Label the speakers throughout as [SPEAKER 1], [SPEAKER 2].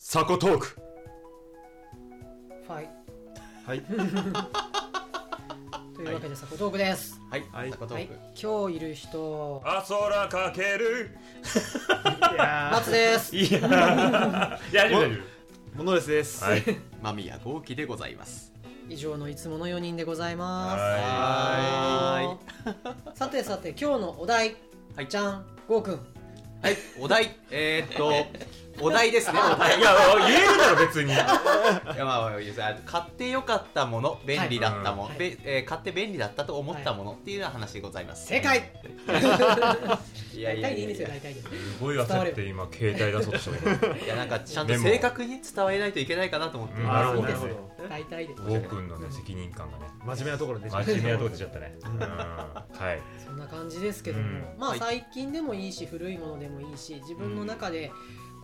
[SPEAKER 1] サコトーク
[SPEAKER 2] ファイ
[SPEAKER 3] はい
[SPEAKER 2] というわけでさ、小道具です、
[SPEAKER 3] はい
[SPEAKER 1] はい
[SPEAKER 3] サコト
[SPEAKER 2] はい
[SPEAKER 3] ーク、
[SPEAKER 2] 今日いる人
[SPEAKER 1] あ空かける
[SPEAKER 3] や
[SPEAKER 2] 松です
[SPEAKER 1] いや大丈夫大丈
[SPEAKER 3] モノレスです
[SPEAKER 1] 夫はい
[SPEAKER 3] 間宮豪輝でございます
[SPEAKER 2] 以上のいつもの4人でございます
[SPEAKER 3] は
[SPEAKER 2] さてさて今日のお題、
[SPEAKER 3] はい
[SPEAKER 2] じゃんゴーくん
[SPEAKER 3] はいお題えー、っと お題ですねお題
[SPEAKER 1] いや言えるだろ別に
[SPEAKER 3] いやまあまあ買ってよかったもの便利だったもの、
[SPEAKER 2] はい
[SPEAKER 3] べえー買って便利だったと思ったものっていうような話でございます
[SPEAKER 2] 正解
[SPEAKER 3] いや
[SPEAKER 2] 大
[SPEAKER 3] いや
[SPEAKER 2] 体でい
[SPEAKER 3] い
[SPEAKER 2] いんで
[SPEAKER 3] や
[SPEAKER 2] す
[SPEAKER 3] い
[SPEAKER 2] よ
[SPEAKER 3] や
[SPEAKER 2] 大体で
[SPEAKER 1] すごい焦って今携帯出そうとしたけど
[SPEAKER 3] いやなんかちゃんと
[SPEAKER 1] メモ
[SPEAKER 3] 正確に伝えないといけないかなと思って
[SPEAKER 1] うんなるほど
[SPEAKER 3] そうです
[SPEAKER 1] なる
[SPEAKER 3] ね
[SPEAKER 2] 大体で
[SPEAKER 1] ゴーくんのね責任感がね
[SPEAKER 4] 真面目なところ で
[SPEAKER 1] 真面目なとこ出ちゃったねうんはい
[SPEAKER 2] そんな感じですけども、
[SPEAKER 1] うん
[SPEAKER 2] まあ
[SPEAKER 3] はい
[SPEAKER 2] 最近でもいいし古いものでもいいし自分の中で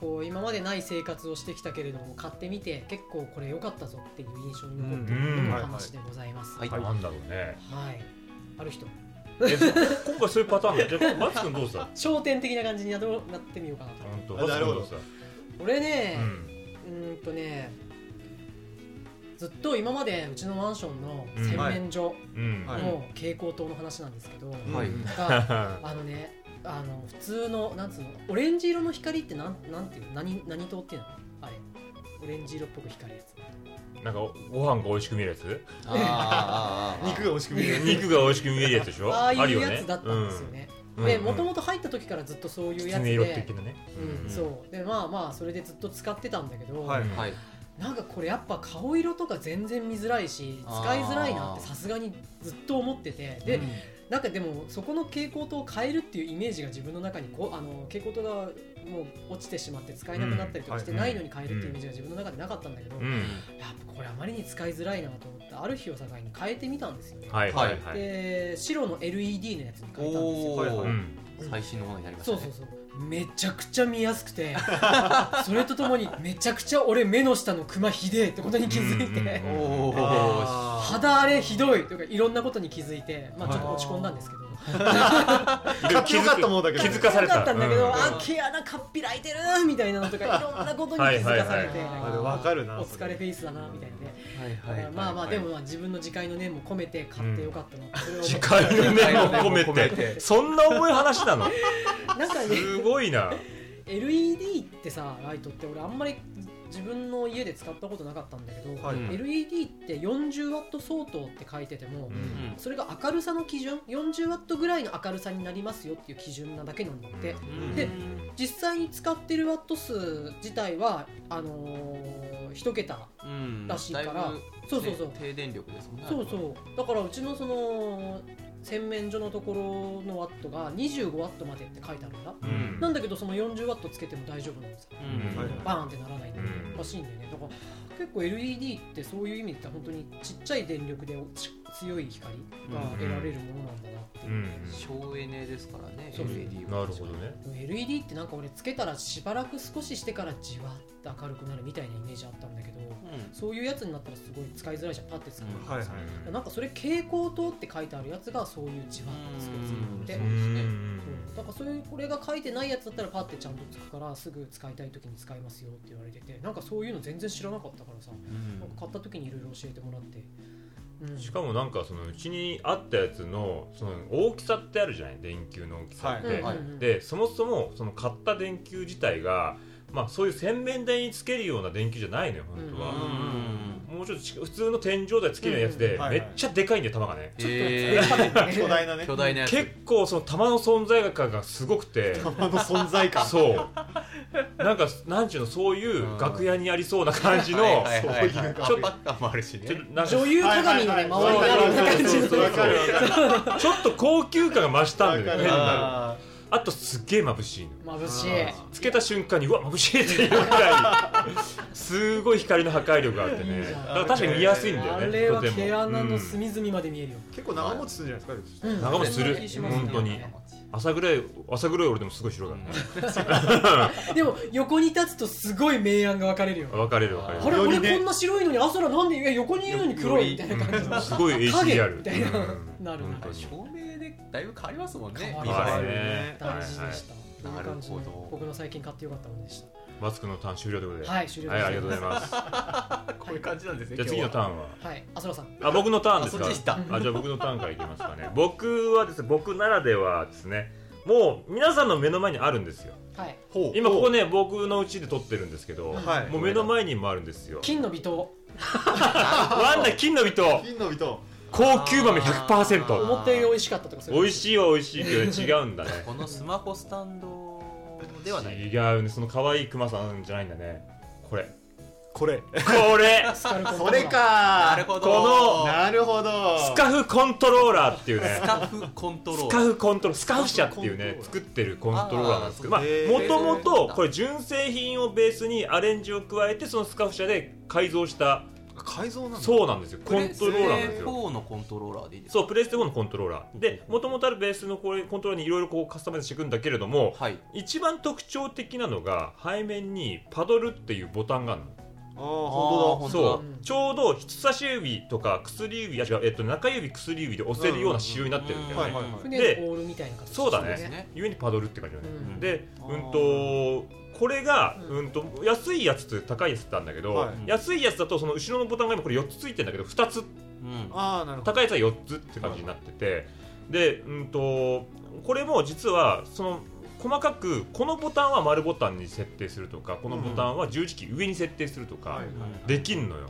[SPEAKER 2] こう今までない生活をしてきたけれども買ってみて結構これ良かったぞっていう印象に残っている
[SPEAKER 1] うん
[SPEAKER 2] のお話でございます、
[SPEAKER 3] はい、
[SPEAKER 1] なんだろうね
[SPEAKER 2] はいある人
[SPEAKER 1] えそう今回そういうパターンじゃあ松君どうした
[SPEAKER 2] 焦点的な感じになどなってみようかなと
[SPEAKER 1] 本当
[SPEAKER 4] あなるほど
[SPEAKER 1] 松君
[SPEAKER 2] 俺
[SPEAKER 1] う
[SPEAKER 2] ね、
[SPEAKER 1] ん
[SPEAKER 2] うーんとねずっと今までうちのマンションの洗面所
[SPEAKER 1] うん
[SPEAKER 3] はい
[SPEAKER 2] の蛍光灯の話なんですけど、
[SPEAKER 4] ん
[SPEAKER 3] はい
[SPEAKER 2] があのねあの普通のなんつうのオレンジ色の光ってなんなんていうの何何灯っていうのあれオレンジ色っぽく光るやつ
[SPEAKER 1] なんかご飯が美味しく見えるやつ
[SPEAKER 3] あーあーあーあー
[SPEAKER 4] 肉が美味しく見える
[SPEAKER 1] 肉が美味しく見えるやつでしょ
[SPEAKER 2] ああ
[SPEAKER 1] る
[SPEAKER 2] いう
[SPEAKER 1] よね
[SPEAKER 2] やつだったんですよね
[SPEAKER 1] うん
[SPEAKER 2] で
[SPEAKER 1] うん
[SPEAKER 2] もともと入った時からずっとそういうやつで、
[SPEAKER 1] 色的なね
[SPEAKER 2] うん、そうでまあまあそれでずっと使ってたんだけど、
[SPEAKER 4] はい
[SPEAKER 3] はい
[SPEAKER 2] なんかこれやっぱ顔色とか全然見づらいし
[SPEAKER 3] あー
[SPEAKER 2] 使いづらいなってさすがにずっと思っててで、なんかでもそこの蛍光灯を変えるっていうイメージが自分の中にこうあの蛍光灯がもう落ちてしまって使えなくなったりとかして
[SPEAKER 1] うん
[SPEAKER 2] な
[SPEAKER 1] はい
[SPEAKER 2] いのに変えるっていうイメージが自分の中でなかったんだけど、
[SPEAKER 1] う
[SPEAKER 2] やっ
[SPEAKER 1] ん
[SPEAKER 2] ぱこれあまりに使いづらいなと思ってある日を境に変えてみたんですよね、
[SPEAKER 1] はいはいはい
[SPEAKER 2] で白の LED のやつに変えたんですよ
[SPEAKER 3] お
[SPEAKER 4] はい
[SPEAKER 3] ー、
[SPEAKER 4] は
[SPEAKER 1] うん
[SPEAKER 3] 最新のものになりました
[SPEAKER 2] そう
[SPEAKER 3] ね
[SPEAKER 2] そうそうめちゃくちゃ見やすくてそれとともにめちゃくちゃ俺目の下のクマひでえってことに気づい
[SPEAKER 1] うんう
[SPEAKER 2] て、
[SPEAKER 1] んうん
[SPEAKER 3] おお
[SPEAKER 2] 肌荒れひどいとかいろんなことに気づいて、まあ、ちょっと落ち込んだんですけど、
[SPEAKER 4] 買ってよかったものだけど
[SPEAKER 1] 気づかされた
[SPEAKER 2] かったんだけど、
[SPEAKER 1] うん
[SPEAKER 2] あ毛穴かっぴらいてるみたいなのとかいろんなことに気づかされて
[SPEAKER 3] はいはいはい
[SPEAKER 2] なん
[SPEAKER 4] あわかるな
[SPEAKER 2] お疲れフェイスだなみたいなね、
[SPEAKER 3] はいはいはい
[SPEAKER 2] まあまあでもまあ自分の自戒の念も込めて買ってよかったなってそれを思
[SPEAKER 1] 時
[SPEAKER 2] って
[SPEAKER 1] 間の念を
[SPEAKER 3] 時間
[SPEAKER 1] 込
[SPEAKER 3] の
[SPEAKER 1] め
[SPEAKER 3] 念を込め
[SPEAKER 1] て
[SPEAKER 3] て
[SPEAKER 1] そんな重い話なの
[SPEAKER 2] なんかね
[SPEAKER 1] すごいな
[SPEAKER 2] LED ってさライトって俺あんまり自分の家で使ったことなかったんだけど、
[SPEAKER 4] はい
[SPEAKER 2] LED って40ワット相当って書いてても、
[SPEAKER 3] うん
[SPEAKER 2] それが明るさの基準40ワットぐらいの明るさになりますよっていう基準なだけなんだって、
[SPEAKER 3] ん
[SPEAKER 2] で実際に使ってるワット数自体はあのー、一桁
[SPEAKER 3] うん
[SPEAKER 2] らしいから
[SPEAKER 3] だぶ
[SPEAKER 2] そうそうそう
[SPEAKER 3] ね低電力ですもんね
[SPEAKER 2] そうそうだからうちのその洗面所のところのワットが25ワットまでって書いてあるんだ、
[SPEAKER 3] ん
[SPEAKER 2] なんだけどその40ワットつけても大丈夫なんですよ
[SPEAKER 3] うん
[SPEAKER 4] はい
[SPEAKER 2] バーンってならないんだよね
[SPEAKER 1] うん
[SPEAKER 2] おかしいんだよねだから結構 LED ってそういう意味で言ったら本当にちっちゃい電力でち強い光が得られるものなんだなっていうう、
[SPEAKER 1] ん
[SPEAKER 3] 省エネですからね
[SPEAKER 2] そうそう
[SPEAKER 3] LED
[SPEAKER 1] な
[SPEAKER 3] は
[SPEAKER 1] るほどね
[SPEAKER 2] でも LED ってなんか俺つけたらしばらく少ししてからじわっと明るくなるみたいなイメージあったんだけど
[SPEAKER 3] うん
[SPEAKER 2] そういうやつになったらすごい使いづらいじゃんパッて使う、
[SPEAKER 3] うん
[SPEAKER 4] はいはい
[SPEAKER 2] なんかそれ蛍光灯って書いてあるやつがそういうじわっとすごい使って
[SPEAKER 3] う
[SPEAKER 1] うんん
[SPEAKER 2] そう
[SPEAKER 1] うん
[SPEAKER 2] だからそういうこれが書いてないやつだったらパッてちゃんとつくからすぐ使いたい時に使いますよって言われててなんかそういうの全然知らなかったからさ、なんか買った時にいろいろ教えてもらって、うん、
[SPEAKER 1] しかもなんかそのうちにあったやつのその大きさってあるじゃない電球の大きさっ
[SPEAKER 4] も
[SPEAKER 1] て
[SPEAKER 2] うんうんうん
[SPEAKER 1] でそもそもその買った電球自体が、まあ、そういう洗面台につけるような電球じゃないのよ本当は、
[SPEAKER 3] うんうん
[SPEAKER 1] もうちょっとち普通の天井台つけるようなやつ
[SPEAKER 4] う
[SPEAKER 1] で
[SPEAKER 4] んうんはい
[SPEAKER 1] めっ
[SPEAKER 4] はい
[SPEAKER 1] ちゃでかいんだよ球がね、
[SPEAKER 3] え
[SPEAKER 4] 巨大なね
[SPEAKER 3] ー巨大なやつ
[SPEAKER 1] 結構その球の存在感がすごくて
[SPEAKER 4] 玉の存在 感
[SPEAKER 1] そうなんかなんちゅうのそういう楽屋にありそうな感じの
[SPEAKER 3] はいはいはいはい
[SPEAKER 4] そういう感
[SPEAKER 3] ちょっとパッカーもあるしね
[SPEAKER 1] ちょっとなんか
[SPEAKER 2] 女優鏡のね
[SPEAKER 1] は
[SPEAKER 2] 周
[SPEAKER 1] い
[SPEAKER 2] り
[SPEAKER 1] はい
[SPEAKER 2] にあるような感じ の
[SPEAKER 1] そうそうそう
[SPEAKER 4] わかるわかる
[SPEAKER 1] ちょっと高級感が増したんだよね変
[SPEAKER 4] わかる
[SPEAKER 1] な
[SPEAKER 3] あー
[SPEAKER 1] あとすっげえ眩しいの
[SPEAKER 2] 眩しい
[SPEAKER 3] あー
[SPEAKER 1] つけた瞬間にうわ眩しいっていうぐらいすごい光の破壊力があってね
[SPEAKER 2] いいじゃん
[SPEAKER 1] だから確かに見やすいんだよ
[SPEAKER 2] あ
[SPEAKER 1] ね
[SPEAKER 2] れは
[SPEAKER 1] とても
[SPEAKER 2] 毛穴の隅々まで見えるよ、
[SPEAKER 4] 結構長持ちするんじゃないですか
[SPEAKER 2] うん
[SPEAKER 1] 長持ちする
[SPEAKER 2] そんな気しますね
[SPEAKER 1] 本当に朝ぐらい朝ぐらい俺でもすごい白だね
[SPEAKER 2] でも横に立つとすごい明暗が分かれるよ
[SPEAKER 1] 分かれる分か
[SPEAKER 2] あれ
[SPEAKER 1] れ
[SPEAKER 4] よりね
[SPEAKER 2] 俺こんな白いのに朝らなんでいや横にいるのに黒いみたいな感じ
[SPEAKER 1] るすごい HDR
[SPEAKER 2] 影みたいな
[SPEAKER 1] うん
[SPEAKER 2] なるな
[SPEAKER 1] 本当に
[SPEAKER 3] 照明でだいぶ変わりますもんね
[SPEAKER 2] 変わ
[SPEAKER 1] り
[SPEAKER 3] 見栄
[SPEAKER 1] ます
[SPEAKER 3] え
[SPEAKER 1] ね
[SPEAKER 2] 大事でした、
[SPEAKER 3] はいはい
[SPEAKER 2] という感じの
[SPEAKER 3] なるほど
[SPEAKER 2] 僕の最近買ってよかったものでした
[SPEAKER 1] マスクのターン終了ということでは
[SPEAKER 2] はい終了
[SPEAKER 1] い、ありがとうございますじゃ
[SPEAKER 3] こういう感じなんですね
[SPEAKER 1] あ次のタ
[SPEAKER 3] ン
[SPEAKER 1] ーンは
[SPEAKER 2] はい浅野さん
[SPEAKER 1] あ僕のターンで
[SPEAKER 3] あ
[SPEAKER 1] す
[SPEAKER 3] そっ
[SPEAKER 1] か
[SPEAKER 3] ち行った
[SPEAKER 1] あじゃあ僕のターンからいきます かね僕はですね僕ならではですねもう皆さんの目の前にあるんですよ
[SPEAKER 2] はい
[SPEAKER 3] ほう
[SPEAKER 1] 今ここね僕のうちで撮ってるんですけど、
[SPEAKER 4] はい
[SPEAKER 1] もう目の前にもあるんですよ
[SPEAKER 2] 金の微糖
[SPEAKER 1] ワンダ金の人
[SPEAKER 4] 金の人
[SPEAKER 1] 高級豆
[SPEAKER 3] あ
[SPEAKER 1] 100%
[SPEAKER 3] ー
[SPEAKER 2] 思ったより美味しかったとかそういう
[SPEAKER 1] 美味しいは美味しいけど違うんだね
[SPEAKER 3] このスマホスタンドではない
[SPEAKER 1] 違うねその可愛いクマさんじゃないんだねこれ
[SPEAKER 4] これ
[SPEAKER 1] これ
[SPEAKER 2] スカルコンと
[SPEAKER 4] それか
[SPEAKER 3] なるほど
[SPEAKER 1] この
[SPEAKER 4] なるほど
[SPEAKER 1] スカフコントローラーっていうね
[SPEAKER 3] スカフコントロール
[SPEAKER 1] スカフコントロースカフ社っていうね
[SPEAKER 4] スカ
[SPEAKER 1] 作ってるコントローラーなんですけどま
[SPEAKER 4] あ
[SPEAKER 1] あ
[SPEAKER 4] ー
[SPEAKER 1] もと
[SPEAKER 3] そう
[SPEAKER 1] も
[SPEAKER 3] ですね
[SPEAKER 1] とこれ純正品をベースにアレンジを加えてそのスカフ社で改造した
[SPEAKER 4] 改造なの
[SPEAKER 1] そうなんですよコントローラーなんですよ
[SPEAKER 3] 4のコントローラーでいいですか
[SPEAKER 1] そうプレイステ4のコントローラーでもともとあるベースのこれコントローラーにいろいろこうカスタマイズしていくんだけれども
[SPEAKER 3] はい
[SPEAKER 1] 一番特徴的なのが背面にパドルっていうボタンがあるの
[SPEAKER 4] あー本
[SPEAKER 3] 本当だ
[SPEAKER 1] そう、
[SPEAKER 2] うん
[SPEAKER 1] ちょうど人差し指とか薬指あ違う、えっと、中指薬指で押せるような仕様になってるんだよね、
[SPEAKER 4] うんはいはいはい
[SPEAKER 2] 船のオールみたいな形
[SPEAKER 1] そうだ
[SPEAKER 3] そうですね
[SPEAKER 1] ねゆえにパドルって感じだね、
[SPEAKER 2] うん
[SPEAKER 1] で
[SPEAKER 4] あ
[SPEAKER 1] うん
[SPEAKER 4] ー
[SPEAKER 1] とこれが、
[SPEAKER 2] うん
[SPEAKER 1] うん、と安いやつと高いやつってあるんだけど、
[SPEAKER 4] はい
[SPEAKER 1] 安いやつだとその後ろのボタンが今これ4つついてんだけど2つ
[SPEAKER 3] うん
[SPEAKER 4] ああなるほど
[SPEAKER 1] 高いやつは4つって感じになってて、で、うん、とこれも実はその細かくこのボタンは丸ボタンに設定するとかこのボタンは十字キー上に設定するとか、
[SPEAKER 4] はい
[SPEAKER 1] できんのよ、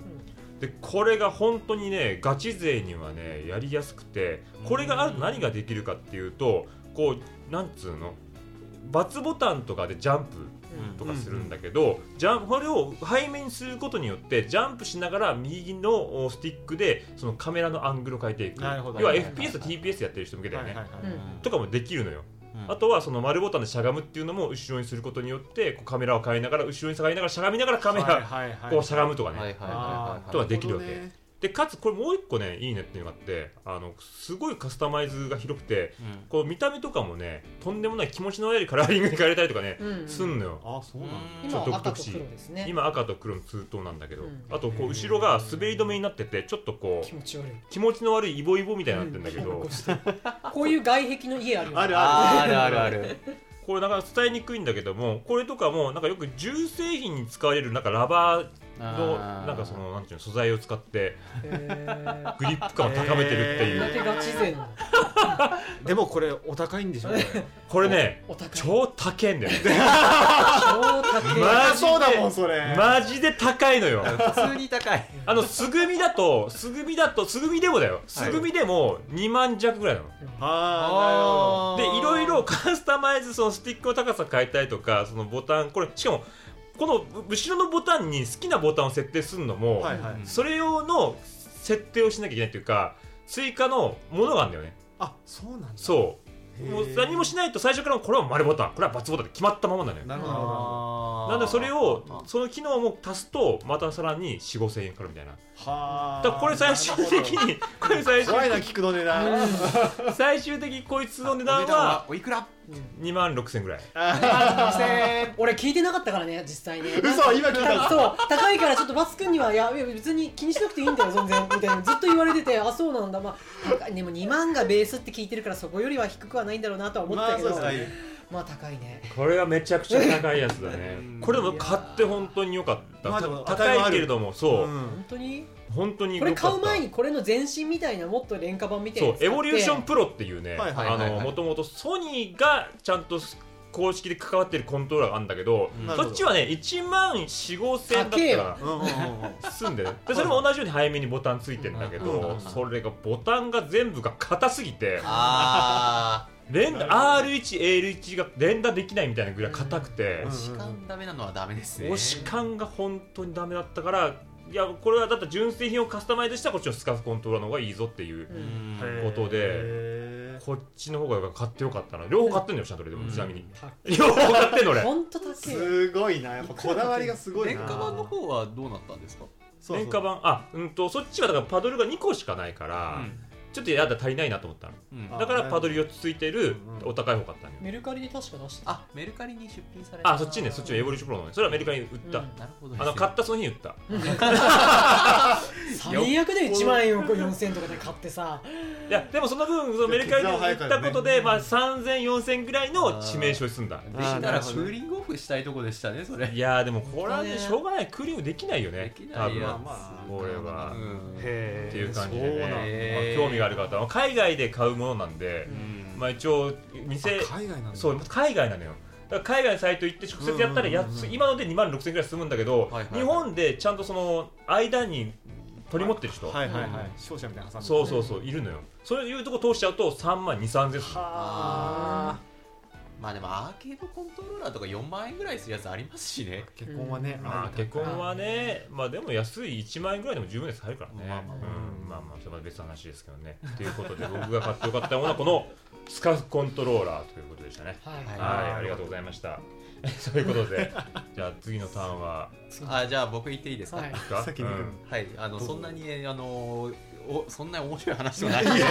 [SPEAKER 1] でこれが本当にねガチ勢にはねやりやすくてこれがあると何ができるかっていうとこうなんつうのバツボタンとかでジャンプ
[SPEAKER 2] うん
[SPEAKER 1] とかするんだけど、ジャンこれを背面にすることによってジャンプしながら右のおスティックでそのカメラのアングルを変えていく
[SPEAKER 4] なるほど
[SPEAKER 1] 要は
[SPEAKER 4] はいはいはい
[SPEAKER 1] FPS と TPS やってる人向けだよね、
[SPEAKER 4] はいはいはい
[SPEAKER 2] うん
[SPEAKER 1] とかもできるのよ
[SPEAKER 3] うん
[SPEAKER 1] あとはその丸ボタンでしゃがむっていうのも後ろにすることによってこうカメラを変えながら後ろに下がりながらしゃがみながらカメラ
[SPEAKER 4] はいはいはい
[SPEAKER 1] こうしゃがむとかね、
[SPEAKER 3] はいはいはい
[SPEAKER 4] あ
[SPEAKER 3] はい
[SPEAKER 1] とはできるわけ
[SPEAKER 4] なほどね
[SPEAKER 1] でかつこれもう一個ねいいねっていうのがあってあのすごいカスタマイズが広くて
[SPEAKER 3] うん
[SPEAKER 1] こう見た目とかもねとんでもない気持ちの悪いカラーリングに変えれたりとかね、
[SPEAKER 2] うん
[SPEAKER 1] すんのよ
[SPEAKER 4] あそうなんだ
[SPEAKER 3] ち
[SPEAKER 2] 今
[SPEAKER 3] ょっと
[SPEAKER 2] は赤
[SPEAKER 1] 独特
[SPEAKER 2] と
[SPEAKER 1] し
[SPEAKER 2] 黒ですね
[SPEAKER 1] 今赤と黒のツートンなんだけど、
[SPEAKER 2] うん
[SPEAKER 1] あとこう後ろが滑り止めになっててちょっとこ
[SPEAKER 2] 気
[SPEAKER 1] う
[SPEAKER 2] 持ち悪い
[SPEAKER 1] 気持ちの悪いイボイボみたいになってんだけど、
[SPEAKER 2] うんこういう外壁の家あるよね
[SPEAKER 4] ある
[SPEAKER 3] あるあるある
[SPEAKER 1] これなかなか伝えにくいんだけどもこれとかもなんかよく重製品に使われるなんかラバー のなんかそのなんていうの素材を使って
[SPEAKER 2] へー
[SPEAKER 1] グリップ感を高めてるって
[SPEAKER 2] こ
[SPEAKER 1] い
[SPEAKER 2] ん
[SPEAKER 1] う、
[SPEAKER 2] だけガチ勢なの
[SPEAKER 4] でもこれお高いんでしょこれ
[SPEAKER 1] これね
[SPEAKER 2] お高い超
[SPEAKER 1] 超高いんだよね
[SPEAKER 2] 高い
[SPEAKER 1] マジで
[SPEAKER 4] そうだもんそれ
[SPEAKER 1] マジで高いの よ。
[SPEAKER 3] 普通に高い
[SPEAKER 1] あの、素組みだ と、素組みだと、素組みでもだよ。素組みでも2万弱ぐらいなの。
[SPEAKER 4] あ
[SPEAKER 1] で、いろいろ カスタマイズ、そのスティックの高さ変えたりとか、そのボタン、これ、しかも、この後ろのボタンに好きなボタンを設定するの
[SPEAKER 4] あ
[SPEAKER 1] も、
[SPEAKER 4] なるほどはいはい
[SPEAKER 1] それ用の設定をしなきゃいけないというか、追加のものがあるんだよね。
[SPEAKER 4] あそうなんだ
[SPEAKER 1] そう。もう何もしないと最初からこれは丸ボタン、これは×ボタンって決まったままなのよ。
[SPEAKER 4] なるほどなるほ
[SPEAKER 3] あー
[SPEAKER 1] なんでそれを
[SPEAKER 3] あ
[SPEAKER 1] その機能も足すとまたさらに4 5千円からみたいな
[SPEAKER 4] どはあ
[SPEAKER 1] だからこれ最終的にこれ最終
[SPEAKER 4] 怖いな聞くの値段
[SPEAKER 1] 最終的にこいつの値
[SPEAKER 3] お
[SPEAKER 1] 段
[SPEAKER 3] 値段は
[SPEAKER 1] は
[SPEAKER 3] おいくら
[SPEAKER 1] 2万6千ぐらい
[SPEAKER 2] 俺聞いてなかったからね実際ね
[SPEAKER 4] 嘘今聞いたの
[SPEAKER 2] そう高いからちょっとバツくんには「いやいや別に気にしなくていいんだよ全然」みたいなずっと言われてて「あそうなんだまあでも2万がベースって聞いてるからそこよりは低くはないんだろうなとは思っ
[SPEAKER 4] ま
[SPEAKER 2] た
[SPEAKER 4] あ
[SPEAKER 2] け
[SPEAKER 4] そう
[SPEAKER 2] ど、ま
[SPEAKER 4] で
[SPEAKER 2] すあ、
[SPEAKER 4] ね
[SPEAKER 2] 高いね
[SPEAKER 1] これがめちゃくちゃ高いやつだね
[SPEAKER 3] うん
[SPEAKER 1] これでも買って本当に良かった、
[SPEAKER 4] まあでも
[SPEAKER 1] 高いけれどもそう、
[SPEAKER 4] うん
[SPEAKER 2] 本当に
[SPEAKER 1] 本当に良
[SPEAKER 2] こ
[SPEAKER 1] かっ
[SPEAKER 2] れ
[SPEAKER 1] た
[SPEAKER 2] 買う前にこれの前身みたいなもっと廉価版みたいな
[SPEAKER 1] そう
[SPEAKER 2] やつ買って
[SPEAKER 1] エボリューションプロっていうね
[SPEAKER 4] はいはい
[SPEAKER 3] はいはい
[SPEAKER 1] もともとソニーがちゃんと公式で関わってるコントローラーがあるんだけど、
[SPEAKER 3] うん
[SPEAKER 4] なるほ
[SPEAKER 1] そ
[SPEAKER 4] ど
[SPEAKER 1] っちはね1万4 5千円だったから
[SPEAKER 4] うんうんうんうん
[SPEAKER 1] すんでねでそれも同じように背面にボタンついてんだけ
[SPEAKER 3] う
[SPEAKER 1] ど
[SPEAKER 3] ん
[SPEAKER 1] それがボタンが全部が硬すぎて
[SPEAKER 3] あ
[SPEAKER 1] 連打 R1L1 が連打できないみたいなぐらい硬くて
[SPEAKER 3] ー
[SPEAKER 4] うん
[SPEAKER 3] 時間ダメなのはダメですね
[SPEAKER 1] 押し感が本当にダメだったからいやこれはだって純正品をカスタマイズしたこっちのスカーフコントローラーの方がいいぞっていう
[SPEAKER 2] う
[SPEAKER 3] うんん
[SPEAKER 1] ーことで
[SPEAKER 4] へ
[SPEAKER 1] こっちの方が買ってよかったな両方買ってんのよシャトレで
[SPEAKER 3] う
[SPEAKER 1] も
[SPEAKER 3] ん
[SPEAKER 1] ちなみに
[SPEAKER 2] 高
[SPEAKER 1] 両方買ってんの
[SPEAKER 2] い
[SPEAKER 1] 俺
[SPEAKER 2] 本当高
[SPEAKER 4] ー
[SPEAKER 2] い
[SPEAKER 4] すごいなやっぱこだわりがすごい
[SPEAKER 3] 廉
[SPEAKER 4] な
[SPEAKER 3] 価版の方はどうなったんですか
[SPEAKER 4] そうそう
[SPEAKER 1] 廉価版あうんとそっちはだからパドルが2個しかないからちょっとやだ足りないなと思ったの
[SPEAKER 3] うん
[SPEAKER 4] あ
[SPEAKER 1] だからパドル4つついてる
[SPEAKER 4] うん
[SPEAKER 1] お高い方買ったのよ
[SPEAKER 2] メルカリで確か出してた
[SPEAKER 3] あメルカリに出品された
[SPEAKER 1] あそっちねそっちのエボリューションプロのねそれはアメリカに売った、
[SPEAKER 2] うん
[SPEAKER 3] なるほど
[SPEAKER 1] あの買ったその日に売った
[SPEAKER 2] 最悪で1万円を4000円とかで買ってさ
[SPEAKER 1] いやでもその分そのメルカリに売ったことで、まあ、30004000ぐらいの致命傷に済 んだ
[SPEAKER 3] で
[SPEAKER 4] あ
[SPEAKER 3] き
[SPEAKER 4] ー
[SPEAKER 3] た
[SPEAKER 4] なる
[SPEAKER 3] ら
[SPEAKER 4] ほ
[SPEAKER 3] ク
[SPEAKER 4] ど
[SPEAKER 3] ーリングオフしたいとこでしたねそれ
[SPEAKER 1] いやーでもこれは
[SPEAKER 2] 本当
[SPEAKER 1] ね
[SPEAKER 2] ね
[SPEAKER 1] しょうがないクーリングできないよね
[SPEAKER 3] でき
[SPEAKER 1] 多
[SPEAKER 3] ない
[SPEAKER 1] 分
[SPEAKER 3] や
[SPEAKER 4] まあ
[SPEAKER 1] これは
[SPEAKER 3] う
[SPEAKER 1] っ
[SPEAKER 3] ん
[SPEAKER 4] へえ
[SPEAKER 1] ていう感じで
[SPEAKER 4] そう
[SPEAKER 1] ね
[SPEAKER 4] なんだ
[SPEAKER 3] へー
[SPEAKER 1] まあ興味がある方は海外で買うものなんで、
[SPEAKER 4] うん
[SPEAKER 1] まあ、一応店
[SPEAKER 4] あ海外なんだ
[SPEAKER 1] そう海外なのよだから海外のサイト行って直接やったら
[SPEAKER 4] うんうんうん
[SPEAKER 1] 安
[SPEAKER 4] うん
[SPEAKER 1] い今ので2万6000円ぐらい済むんだけど、
[SPEAKER 3] いはいはい
[SPEAKER 1] 日本でちゃんとその間に取り持ってる人、
[SPEAKER 4] はいはいは
[SPEAKER 2] う
[SPEAKER 4] い勝者みたいな挟んで
[SPEAKER 1] そうそうそういるのよそういうとこ通しちゃうと3万2000円
[SPEAKER 4] はあ
[SPEAKER 3] まあでもアーケードコントローラーとか4万円ぐらいするやつありますしね
[SPEAKER 4] 結婚はね
[SPEAKER 1] まあ結婚はねまあでも安い1万円ぐらいでも十分です入るからね
[SPEAKER 3] まあまあま
[SPEAKER 4] あ
[SPEAKER 1] うんまあまあそれは別の話ですけどねということで僕が買ってよかったものはこのスカフコントローラーということでしたね
[SPEAKER 2] はい、
[SPEAKER 3] はい
[SPEAKER 1] はいありがとうございましたそういうことでじゃあ次のターンは
[SPEAKER 2] そう
[SPEAKER 3] あじゃあ僕言っていいですか
[SPEAKER 2] はい
[SPEAKER 1] ですか
[SPEAKER 4] 先に行くの
[SPEAKER 1] うん
[SPEAKER 3] はい、あの
[SPEAKER 4] どうぞ
[SPEAKER 3] そんなにえあのおそんな面白い話じゃない
[SPEAKER 4] でもない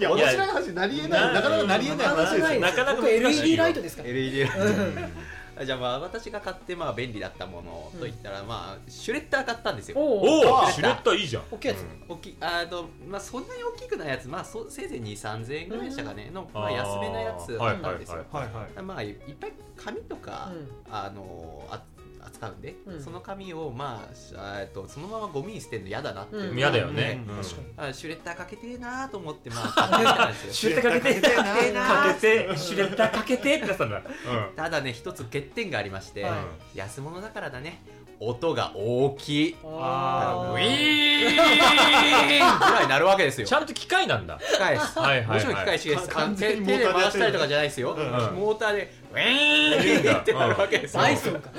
[SPEAKER 4] や面白い話なりえないなかなかなりえない話ですよ
[SPEAKER 1] なかなか
[SPEAKER 2] 僕 LED ライトですから、
[SPEAKER 3] LED
[SPEAKER 1] うん
[SPEAKER 3] じゃあまあ私が買ってまあ便利だったものといったら、まあシュレッダー買ったんですよ
[SPEAKER 2] おお
[SPEAKER 1] おお
[SPEAKER 4] あ
[SPEAKER 1] シュレッダーいいじゃん
[SPEAKER 2] 大きいやつ
[SPEAKER 1] うん
[SPEAKER 3] 大きいあのまあそんなに大きくないやつまあそせいぜい2 3 0 0円ぐらいでしたかねの、まあ、安めなやつだったんですよ、
[SPEAKER 1] はいはい
[SPEAKER 4] はいはい
[SPEAKER 3] まあいっぱい紙とか、あのあ扱うんで、
[SPEAKER 2] うん
[SPEAKER 3] その紙をまあしあえっとそのままゴミに捨てるの嫌だなっていう、
[SPEAKER 2] うん
[SPEAKER 1] 嫌だよね
[SPEAKER 2] うん
[SPEAKER 1] うん
[SPEAKER 2] 確かに
[SPEAKER 3] あシュレッダーかけてえなと思って まあ買ってみたんですよ
[SPEAKER 1] シュレッダーかけて
[SPEAKER 4] かけてな
[SPEAKER 1] かけてシュレッダーかけてってなったんだうん
[SPEAKER 3] ただね一つ欠点がありまして、
[SPEAKER 2] は
[SPEAKER 3] 安物だからだね音が大きいウ
[SPEAKER 2] あ
[SPEAKER 1] ウ
[SPEAKER 3] ィーンぐ
[SPEAKER 1] ィ
[SPEAKER 3] らいなるわけですよ
[SPEAKER 1] ちゃんと機械なんだ
[SPEAKER 3] 機械です
[SPEAKER 1] はいはいはい
[SPEAKER 3] もちろん機械式です
[SPEAKER 4] か
[SPEAKER 3] あの
[SPEAKER 4] 完全
[SPEAKER 3] 手
[SPEAKER 4] に
[SPEAKER 3] 手で
[SPEAKER 4] モータ
[SPEAKER 3] 回
[SPEAKER 4] ーでやってる
[SPEAKER 3] したりとかじゃないですよ、
[SPEAKER 4] うん
[SPEAKER 1] うん
[SPEAKER 3] モーターでウ
[SPEAKER 1] いいん
[SPEAKER 3] ィー
[SPEAKER 1] だ
[SPEAKER 3] ンってなるわけですよ
[SPEAKER 2] ダイソンか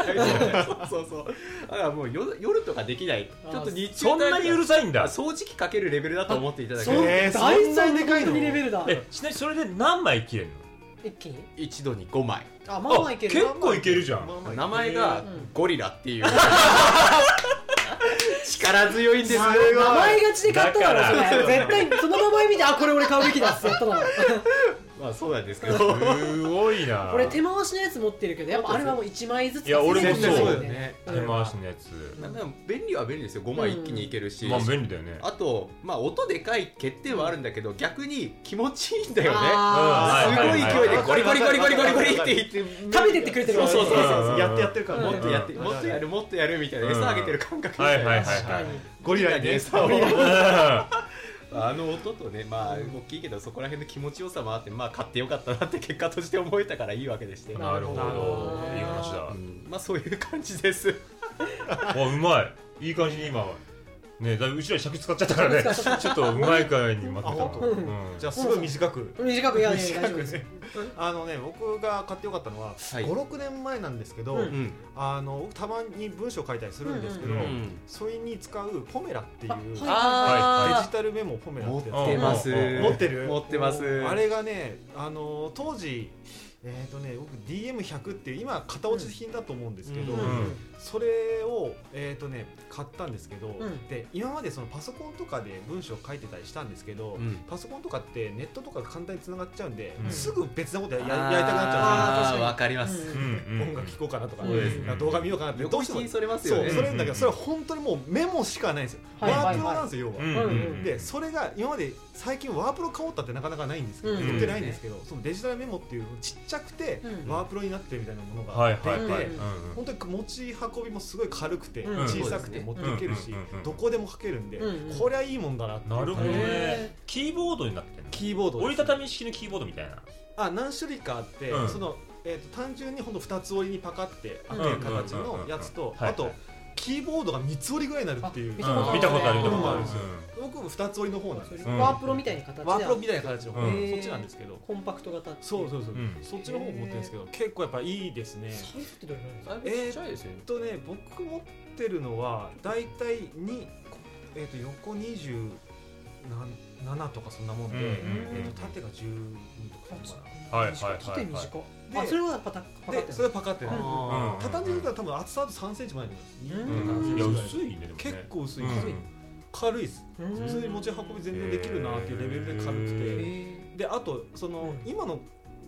[SPEAKER 3] そうそうそうだからもう夜夜とかできないちょっと日中
[SPEAKER 1] そんなにうるさいんだ
[SPEAKER 3] 掃除機かけるレベルだと思っていただけ
[SPEAKER 2] そ
[SPEAKER 3] れ
[SPEAKER 2] ん
[SPEAKER 3] ば
[SPEAKER 4] えー
[SPEAKER 2] ダイソン
[SPEAKER 4] そんなでかいの
[SPEAKER 2] 本当にレベルだ
[SPEAKER 1] えちなみにそれで何枚切れるの
[SPEAKER 2] 一気に
[SPEAKER 3] 一度に5枚
[SPEAKER 2] あまあまあいける
[SPEAKER 1] 結構いけるじゃん
[SPEAKER 4] まあまあ
[SPEAKER 3] 名前が
[SPEAKER 2] うん
[SPEAKER 3] ゴリラっていう力強いんですよ
[SPEAKER 4] すごい
[SPEAKER 2] 名前がちで買っただ
[SPEAKER 1] だから
[SPEAKER 2] ろそれ絶対その名前見てあこれ俺買うべきだってやっただろ
[SPEAKER 3] まあそうなんですけど
[SPEAKER 1] すごいな
[SPEAKER 2] 俺手回しのやつ持ってるけどやっぱあれはもう1枚ずつ
[SPEAKER 1] いや俺もそう
[SPEAKER 2] 全然
[SPEAKER 4] そうだよね
[SPEAKER 1] 手回しのやつ
[SPEAKER 3] まあでも便利は便利ですよ5枚一気にいけるし、
[SPEAKER 1] まあ便利だよね
[SPEAKER 3] あとまあ音でかい欠点はあるんだけど逆に気持ちいいんだよね
[SPEAKER 2] あ
[SPEAKER 1] ー
[SPEAKER 3] すごい勢いでゴリゴリゴリゴリゴリゴリって言って
[SPEAKER 2] 食べてってくれてる
[SPEAKER 3] そうそうそう
[SPEAKER 1] そう
[SPEAKER 4] やってやってるから
[SPEAKER 2] うん
[SPEAKER 3] もっとやって
[SPEAKER 4] うん
[SPEAKER 3] もっとやるもっとやるみたいな
[SPEAKER 1] うん
[SPEAKER 3] 餌あげてる感覚み
[SPEAKER 1] は
[SPEAKER 3] た
[SPEAKER 1] い
[SPEAKER 3] いな
[SPEAKER 1] はいはい
[SPEAKER 2] 確か
[SPEAKER 1] はい
[SPEAKER 2] に
[SPEAKER 4] ゴリラに餌を
[SPEAKER 3] あの音とねまあ
[SPEAKER 2] うん
[SPEAKER 3] 大きいけどそこら辺の気持ちよさもあってまあ買ってよかったなって結果として思えたからいいわけでして、
[SPEAKER 1] うんなるほど
[SPEAKER 4] なる
[SPEAKER 2] ほど
[SPEAKER 1] いい話だ
[SPEAKER 3] うんまあそういう感じです
[SPEAKER 1] あうまいいい感じに今ねだいぶうちらに尺使っちゃったからね
[SPEAKER 2] 尺使っ
[SPEAKER 1] ちょっとうまいからに負けた
[SPEAKER 4] あ
[SPEAKER 1] と
[SPEAKER 4] 本
[SPEAKER 2] 当
[SPEAKER 1] うん
[SPEAKER 4] じゃあすごい短く
[SPEAKER 2] 短くいやいや
[SPEAKER 4] 短
[SPEAKER 2] 大丈夫
[SPEAKER 4] く
[SPEAKER 2] で す
[SPEAKER 4] ねあのね僕が買ってよかったのは
[SPEAKER 3] はい
[SPEAKER 4] 56年前なんですけど、
[SPEAKER 2] うん
[SPEAKER 3] ん
[SPEAKER 4] あの僕たまに文章書いたりするんですけど、
[SPEAKER 1] うん
[SPEAKER 4] それに使うポメラっていう、
[SPEAKER 2] あはい
[SPEAKER 1] あ
[SPEAKER 4] デジ
[SPEAKER 3] あ
[SPEAKER 4] タルメモポメラってや
[SPEAKER 1] 持
[SPEAKER 4] つ
[SPEAKER 1] ってます
[SPEAKER 4] 持ってる
[SPEAKER 3] 持ってます
[SPEAKER 4] あれがねあの当時えっ、とね僕 DM100 っていう今型落ち品だと思うんですけど、
[SPEAKER 3] うん
[SPEAKER 4] それをえっ、とね買ったんですけど、
[SPEAKER 2] ん
[SPEAKER 4] で今までそのパソコンとかで文章書いてたりしたんですけど、
[SPEAKER 3] うん
[SPEAKER 4] パソコンとかってネットとかが簡単につながっちゃうんで、
[SPEAKER 1] うん
[SPEAKER 4] すぐ別なことやややりたくなっちゃ
[SPEAKER 2] あ
[SPEAKER 4] う
[SPEAKER 2] ー
[SPEAKER 3] あ
[SPEAKER 2] 確か
[SPEAKER 3] ー
[SPEAKER 2] に
[SPEAKER 3] わかります、
[SPEAKER 1] う
[SPEAKER 2] うん
[SPEAKER 1] んうん
[SPEAKER 4] 音楽聴こうかなとか、
[SPEAKER 2] そうです
[SPEAKER 1] ね
[SPEAKER 4] 動画見ようかなってど
[SPEAKER 3] 横
[SPEAKER 4] うして
[SPEAKER 3] 道
[SPEAKER 4] も
[SPEAKER 3] にそれます
[SPEAKER 4] そ
[SPEAKER 3] よ
[SPEAKER 4] う
[SPEAKER 3] ね
[SPEAKER 4] それなんだけどそれは本当にもうメモしかないんですよ、
[SPEAKER 2] はいはいはい
[SPEAKER 4] ワープロなんですよ要は、
[SPEAKER 1] うん
[SPEAKER 2] うん
[SPEAKER 1] うん
[SPEAKER 4] でそれが今まで最近ワープロ買おうったってなかなかないんですけど、
[SPEAKER 2] うん
[SPEAKER 4] 売ってないんですけどそのデジタルメモっていうちっちゃくて
[SPEAKER 2] うん
[SPEAKER 4] ワープロになってるみたいなもの
[SPEAKER 1] は
[SPEAKER 4] が
[SPEAKER 1] い
[SPEAKER 4] 出て、
[SPEAKER 1] はいはい
[SPEAKER 2] うん
[SPEAKER 1] うん
[SPEAKER 4] 本当に持ち運びもすごい軽くて
[SPEAKER 2] うん
[SPEAKER 4] 小さくて持っていけるし、
[SPEAKER 1] うんうんうんうん
[SPEAKER 4] どこでも書けるんで、
[SPEAKER 2] うんうん
[SPEAKER 4] こりゃいいもんだなっていう
[SPEAKER 1] なるほどね
[SPEAKER 2] へ
[SPEAKER 1] キーボードになってるの
[SPEAKER 4] キーボードです
[SPEAKER 1] 折りたたみ式のキーボードみたいな
[SPEAKER 4] あ何種類かあって、
[SPEAKER 1] うん
[SPEAKER 4] そのえー、と単純にほんと2つ折りにパカって開ける形のやつと、
[SPEAKER 1] うんうんうんうんうん
[SPEAKER 4] あと、
[SPEAKER 1] はい
[SPEAKER 4] キーボードが3つ折りぐらいになるっていう
[SPEAKER 2] あ
[SPEAKER 1] うん見たことある見たことある
[SPEAKER 4] うん僕も2つ折りの方なんです
[SPEAKER 1] うん
[SPEAKER 2] ワープロみたいな形で
[SPEAKER 4] ワープロみたいな形の方、
[SPEAKER 1] うん
[SPEAKER 4] そっちなんですけど
[SPEAKER 2] コンパクト型ってい
[SPEAKER 4] そうそうそう、
[SPEAKER 1] うん
[SPEAKER 4] そっちの方も持ってるんですけど結構やっぱいいですねえ
[SPEAKER 2] 財布ってどれぐらいですか
[SPEAKER 3] だいぶちっちゃいですよね
[SPEAKER 4] っとね僕持ってるのは大体に、えっと横27とかそんなもんで、
[SPEAKER 1] うんうんうん
[SPEAKER 4] えっと縦が12とかそんな
[SPEAKER 1] はいはいはいはい
[SPEAKER 2] 縦短
[SPEAKER 4] で
[SPEAKER 2] あそれはやっぱパカっ
[SPEAKER 4] で
[SPEAKER 2] て
[SPEAKER 4] それはパカってなる
[SPEAKER 1] あー
[SPEAKER 4] 畳んでみたら多分厚さだと3センチ前に
[SPEAKER 2] うん
[SPEAKER 1] うんいや
[SPEAKER 4] 2.7
[SPEAKER 1] 薄いねでもね
[SPEAKER 4] 結構薄い、
[SPEAKER 1] うん
[SPEAKER 4] 軽い軽いです
[SPEAKER 2] うん
[SPEAKER 4] 普通に持ち運び全然できるなっていうレベルで軽くて、
[SPEAKER 1] へ
[SPEAKER 4] であとその、
[SPEAKER 2] うん
[SPEAKER 4] 今の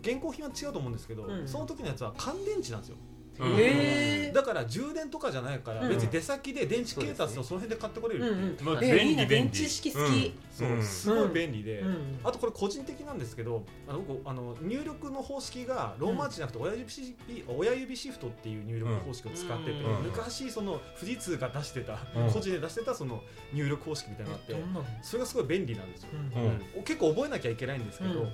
[SPEAKER 4] 現行品は違うと思うんですけど、
[SPEAKER 2] うん
[SPEAKER 4] その時のやつは乾電池なんですよ、
[SPEAKER 2] へって、
[SPEAKER 1] うん
[SPEAKER 2] え
[SPEAKER 4] だから充電とかじゃないから、
[SPEAKER 2] うん
[SPEAKER 4] 別に出先で電池
[SPEAKER 3] そう
[SPEAKER 4] ケ
[SPEAKER 3] で
[SPEAKER 4] ー
[SPEAKER 3] すね
[SPEAKER 4] タスとその辺で買ってこれ
[SPEAKER 2] ー、うんう
[SPEAKER 4] るっていうん
[SPEAKER 1] まあ
[SPEAKER 2] え
[SPEAKER 1] 便利
[SPEAKER 2] いいな
[SPEAKER 1] 便利
[SPEAKER 2] 電池式好き、
[SPEAKER 4] そう、
[SPEAKER 1] うん
[SPEAKER 4] すごい便利で、
[SPEAKER 2] うんうん
[SPEAKER 4] あとこれ個人的なんですけどあの僕あの入力の方式がローマ字じゃなくて親指シ,、親指シフトっていう入力方式を使ってて、
[SPEAKER 3] うん
[SPEAKER 4] 昔その富士通が出してた、
[SPEAKER 1] うん
[SPEAKER 4] 個人で出してたその入力方式みたいなのがあって、
[SPEAKER 2] えどんなの
[SPEAKER 4] それがすごい便利なんですよ、
[SPEAKER 1] うん
[SPEAKER 4] 結構覚えなきゃいけないんですけど、
[SPEAKER 2] うん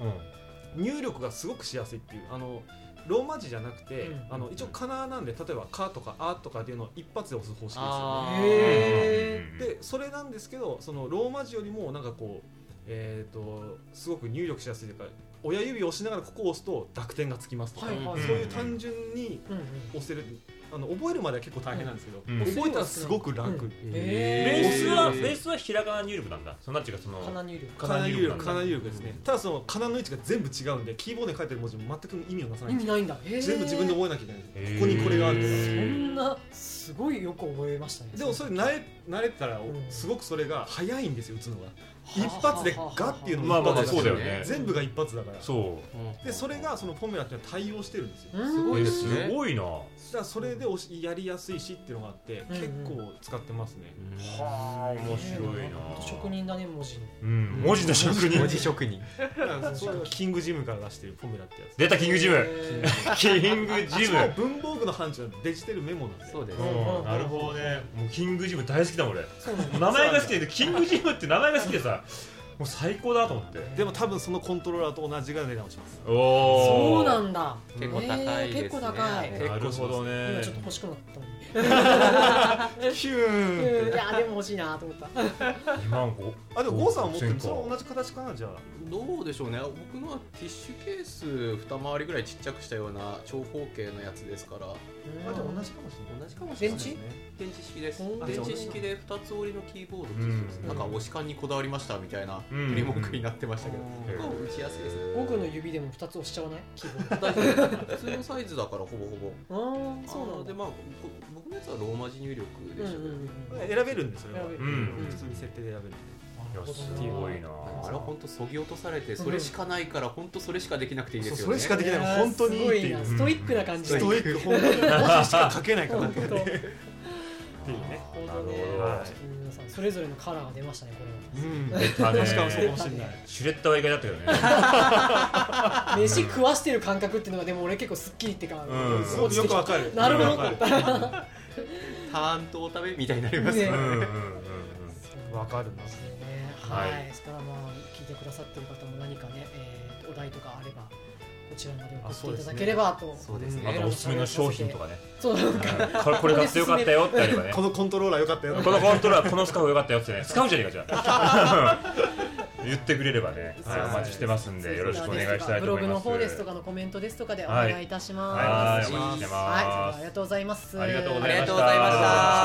[SPEAKER 4] 入力がすごくしやすいっていうあのローマ字じゃなくて、
[SPEAKER 2] うん
[SPEAKER 4] あの一応カナなんで例えば「カ」とか「あ」とかっていうのを一発で押す方式ですよね
[SPEAKER 3] あ。
[SPEAKER 2] へー
[SPEAKER 1] で
[SPEAKER 4] でそれなんですけどそのローマ字よりもなんかこうえー、とすごく入力しやすいというか親指を押しながらここを押すと濁点がつきますとか、
[SPEAKER 2] はいはい
[SPEAKER 4] そういう単純に
[SPEAKER 2] うんうん
[SPEAKER 4] 押せるあの覚えるまでは結構大変なんですけど、
[SPEAKER 1] うん
[SPEAKER 4] 覚えたらすごく楽、
[SPEAKER 2] うん
[SPEAKER 1] ベ
[SPEAKER 2] え
[SPEAKER 1] ースはベ
[SPEAKER 3] えー
[SPEAKER 1] ースはひらがな入力なんだそのなんていうかその
[SPEAKER 2] カナ入力
[SPEAKER 4] かなり入力
[SPEAKER 1] か
[SPEAKER 4] か
[SPEAKER 1] な
[SPEAKER 4] な
[SPEAKER 1] り
[SPEAKER 4] り
[SPEAKER 1] 入力
[SPEAKER 4] 入力
[SPEAKER 1] で
[SPEAKER 4] ですす
[SPEAKER 1] ね
[SPEAKER 4] ねただそのかなの位置が全部違うんでキーボードに書いてる文字も全く意味をなさない
[SPEAKER 2] 意
[SPEAKER 4] ん
[SPEAKER 2] 味
[SPEAKER 4] です
[SPEAKER 2] ないんだ、えー、
[SPEAKER 4] 全部自分で覚えなきゃいけないんです、
[SPEAKER 1] へー
[SPEAKER 4] ここにこれがあると
[SPEAKER 2] そ
[SPEAKER 4] か
[SPEAKER 2] んなすごいよく覚えましたね
[SPEAKER 4] でもそれ慣れ慣れたら
[SPEAKER 2] うん
[SPEAKER 4] すごくそれが早いんですよ打つのが一発でガッていうの
[SPEAKER 1] まあまあま
[SPEAKER 4] も
[SPEAKER 1] あ
[SPEAKER 4] 一発
[SPEAKER 1] そう
[SPEAKER 4] で
[SPEAKER 1] だよね
[SPEAKER 4] 全部が一発だから
[SPEAKER 1] そ
[SPEAKER 4] でそれがそのポメラっていうのは対応してるんですよだか
[SPEAKER 2] うん
[SPEAKER 3] すご
[SPEAKER 1] う
[SPEAKER 3] い
[SPEAKER 1] え
[SPEAKER 3] です
[SPEAKER 1] す
[SPEAKER 3] ね
[SPEAKER 1] ごいな
[SPEAKER 4] らそれでおしやりやすいしっていうのがあって
[SPEAKER 2] うん
[SPEAKER 4] 結構使ってますね
[SPEAKER 1] はあ面白い
[SPEAKER 2] えーんかほんと
[SPEAKER 1] な
[SPEAKER 2] 職人だね文字の
[SPEAKER 1] うん文字の職人
[SPEAKER 3] 文字職人
[SPEAKER 4] だからそれがキングジムから出してるポメラってやつ
[SPEAKER 1] 出たキングジム
[SPEAKER 2] え
[SPEAKER 1] キングジム
[SPEAKER 4] 一応文房具の範疇はデジタルメモなんで
[SPEAKER 3] そうです
[SPEAKER 1] うんなるほどねもうキングジム大好きだもん俺
[SPEAKER 2] ーそうなんだ
[SPEAKER 1] 名前が好きでキングジムって名前が好きでさもう最高だと思って
[SPEAKER 4] でも多分そのコントローラーと同じぐらいの値段をします
[SPEAKER 1] お
[SPEAKER 2] そ
[SPEAKER 1] お
[SPEAKER 2] うなんだ
[SPEAKER 3] 結構高いです
[SPEAKER 2] え
[SPEAKER 3] ね
[SPEAKER 2] ー結構高い
[SPEAKER 3] 結構
[SPEAKER 1] なるほどね
[SPEAKER 2] 今ちょっと欲しくなったのに
[SPEAKER 4] ヒューン
[SPEAKER 2] いやでも欲しいなと思った
[SPEAKER 1] 2万5
[SPEAKER 4] あでもゴーさんは持ってる
[SPEAKER 1] 5000
[SPEAKER 4] それは同じ形かなじゃあ
[SPEAKER 3] どうでしょうね僕のはティッシュケース二回りぐらいちっちゃくしたような長方形のやつですから
[SPEAKER 4] あでも同じかもしれな
[SPEAKER 3] 同
[SPEAKER 4] い
[SPEAKER 3] じかもしれない
[SPEAKER 2] 電池
[SPEAKER 3] 電池式です
[SPEAKER 2] うん
[SPEAKER 3] 電池式で二つ折りのキーボードっていうやつです
[SPEAKER 1] うん
[SPEAKER 3] なんか押し感にこだわりましたみたいな
[SPEAKER 1] うん
[SPEAKER 3] 振り文句になってましたけど
[SPEAKER 1] うん
[SPEAKER 3] まあ打ちやすいですね
[SPEAKER 2] 僕の指でも2つ押しちゃわないキーボード
[SPEAKER 3] 大丈夫です普通のサイズだからほぼほぼ
[SPEAKER 2] ああそうな
[SPEAKER 3] あの
[SPEAKER 2] んだ
[SPEAKER 3] でまあこ僕のやつはローマ字入力
[SPEAKER 2] う
[SPEAKER 3] で
[SPEAKER 2] んう
[SPEAKER 3] し
[SPEAKER 2] ん
[SPEAKER 3] たけど、
[SPEAKER 2] うん
[SPEAKER 4] 選べるんですそれは
[SPEAKER 2] 選べ
[SPEAKER 1] う
[SPEAKER 2] る
[SPEAKER 1] ん
[SPEAKER 4] うん普通に設定で選べる
[SPEAKER 1] いやすごいな
[SPEAKER 3] あれは本当そぎ落とされてそれしかないから本当それしかできなくていいですよね
[SPEAKER 4] そうそれしかできない
[SPEAKER 2] いやー
[SPEAKER 4] 本当にいいってい
[SPEAKER 2] すご
[SPEAKER 4] う
[SPEAKER 2] なストイックな感じ
[SPEAKER 4] ストイック本当に文字しか書けないから
[SPEAKER 2] 本
[SPEAKER 4] って
[SPEAKER 2] 当
[SPEAKER 4] いう
[SPEAKER 2] 本
[SPEAKER 3] っ
[SPEAKER 4] ね
[SPEAKER 3] ていう
[SPEAKER 1] ね
[SPEAKER 3] ね
[SPEAKER 2] 当ね
[SPEAKER 1] なるほど
[SPEAKER 4] はい
[SPEAKER 2] 皆さんそれぞれのカラーが出ましたねこれは
[SPEAKER 4] うん
[SPEAKER 1] 確か
[SPEAKER 4] 確かにそうかもしれない
[SPEAKER 1] シュレッダーは意外だったけどね
[SPEAKER 2] 飯食わしてる感覚っていうのがでも俺結構すっきりってか、
[SPEAKER 1] うん
[SPEAKER 4] すごくよくわかる
[SPEAKER 2] なるほど
[SPEAKER 4] よくわか
[SPEAKER 3] ターンとお食べみたいになりますね
[SPEAKER 1] うんうんうんうん
[SPEAKER 4] るわかるな
[SPEAKER 2] ですよね
[SPEAKER 1] は
[SPEAKER 2] はいい、ですからまあ聞いてくださってる方も何かね、えーお題とかあればこちらまで送っていただければと
[SPEAKER 3] そうです
[SPEAKER 1] あ
[SPEAKER 3] ね
[SPEAKER 1] とおすすめの商品とかね
[SPEAKER 2] そうなんか
[SPEAKER 1] うんこれこれ買ってよかったよってあればね
[SPEAKER 4] このコントローラーよかったよ
[SPEAKER 1] このコントローラーこのスカーフ良かったよってね使うんじゃねえかじゃあ言ってくれればねはいお待ちしてますんでよろしくお願いしたい
[SPEAKER 2] ブ
[SPEAKER 1] と
[SPEAKER 2] ロ
[SPEAKER 1] 思い
[SPEAKER 2] グの
[SPEAKER 1] ます
[SPEAKER 2] 方ですとかのコメントですとかでお
[SPEAKER 1] はい
[SPEAKER 2] 願いいたしま
[SPEAKER 1] は
[SPEAKER 2] す。
[SPEAKER 1] い
[SPEAKER 3] お待ちして
[SPEAKER 1] ます
[SPEAKER 2] はいそれではありがとうございます。
[SPEAKER 1] ありがとうご
[SPEAKER 3] あ
[SPEAKER 1] ざ
[SPEAKER 3] り
[SPEAKER 1] いま
[SPEAKER 3] が
[SPEAKER 1] した
[SPEAKER 3] とうございました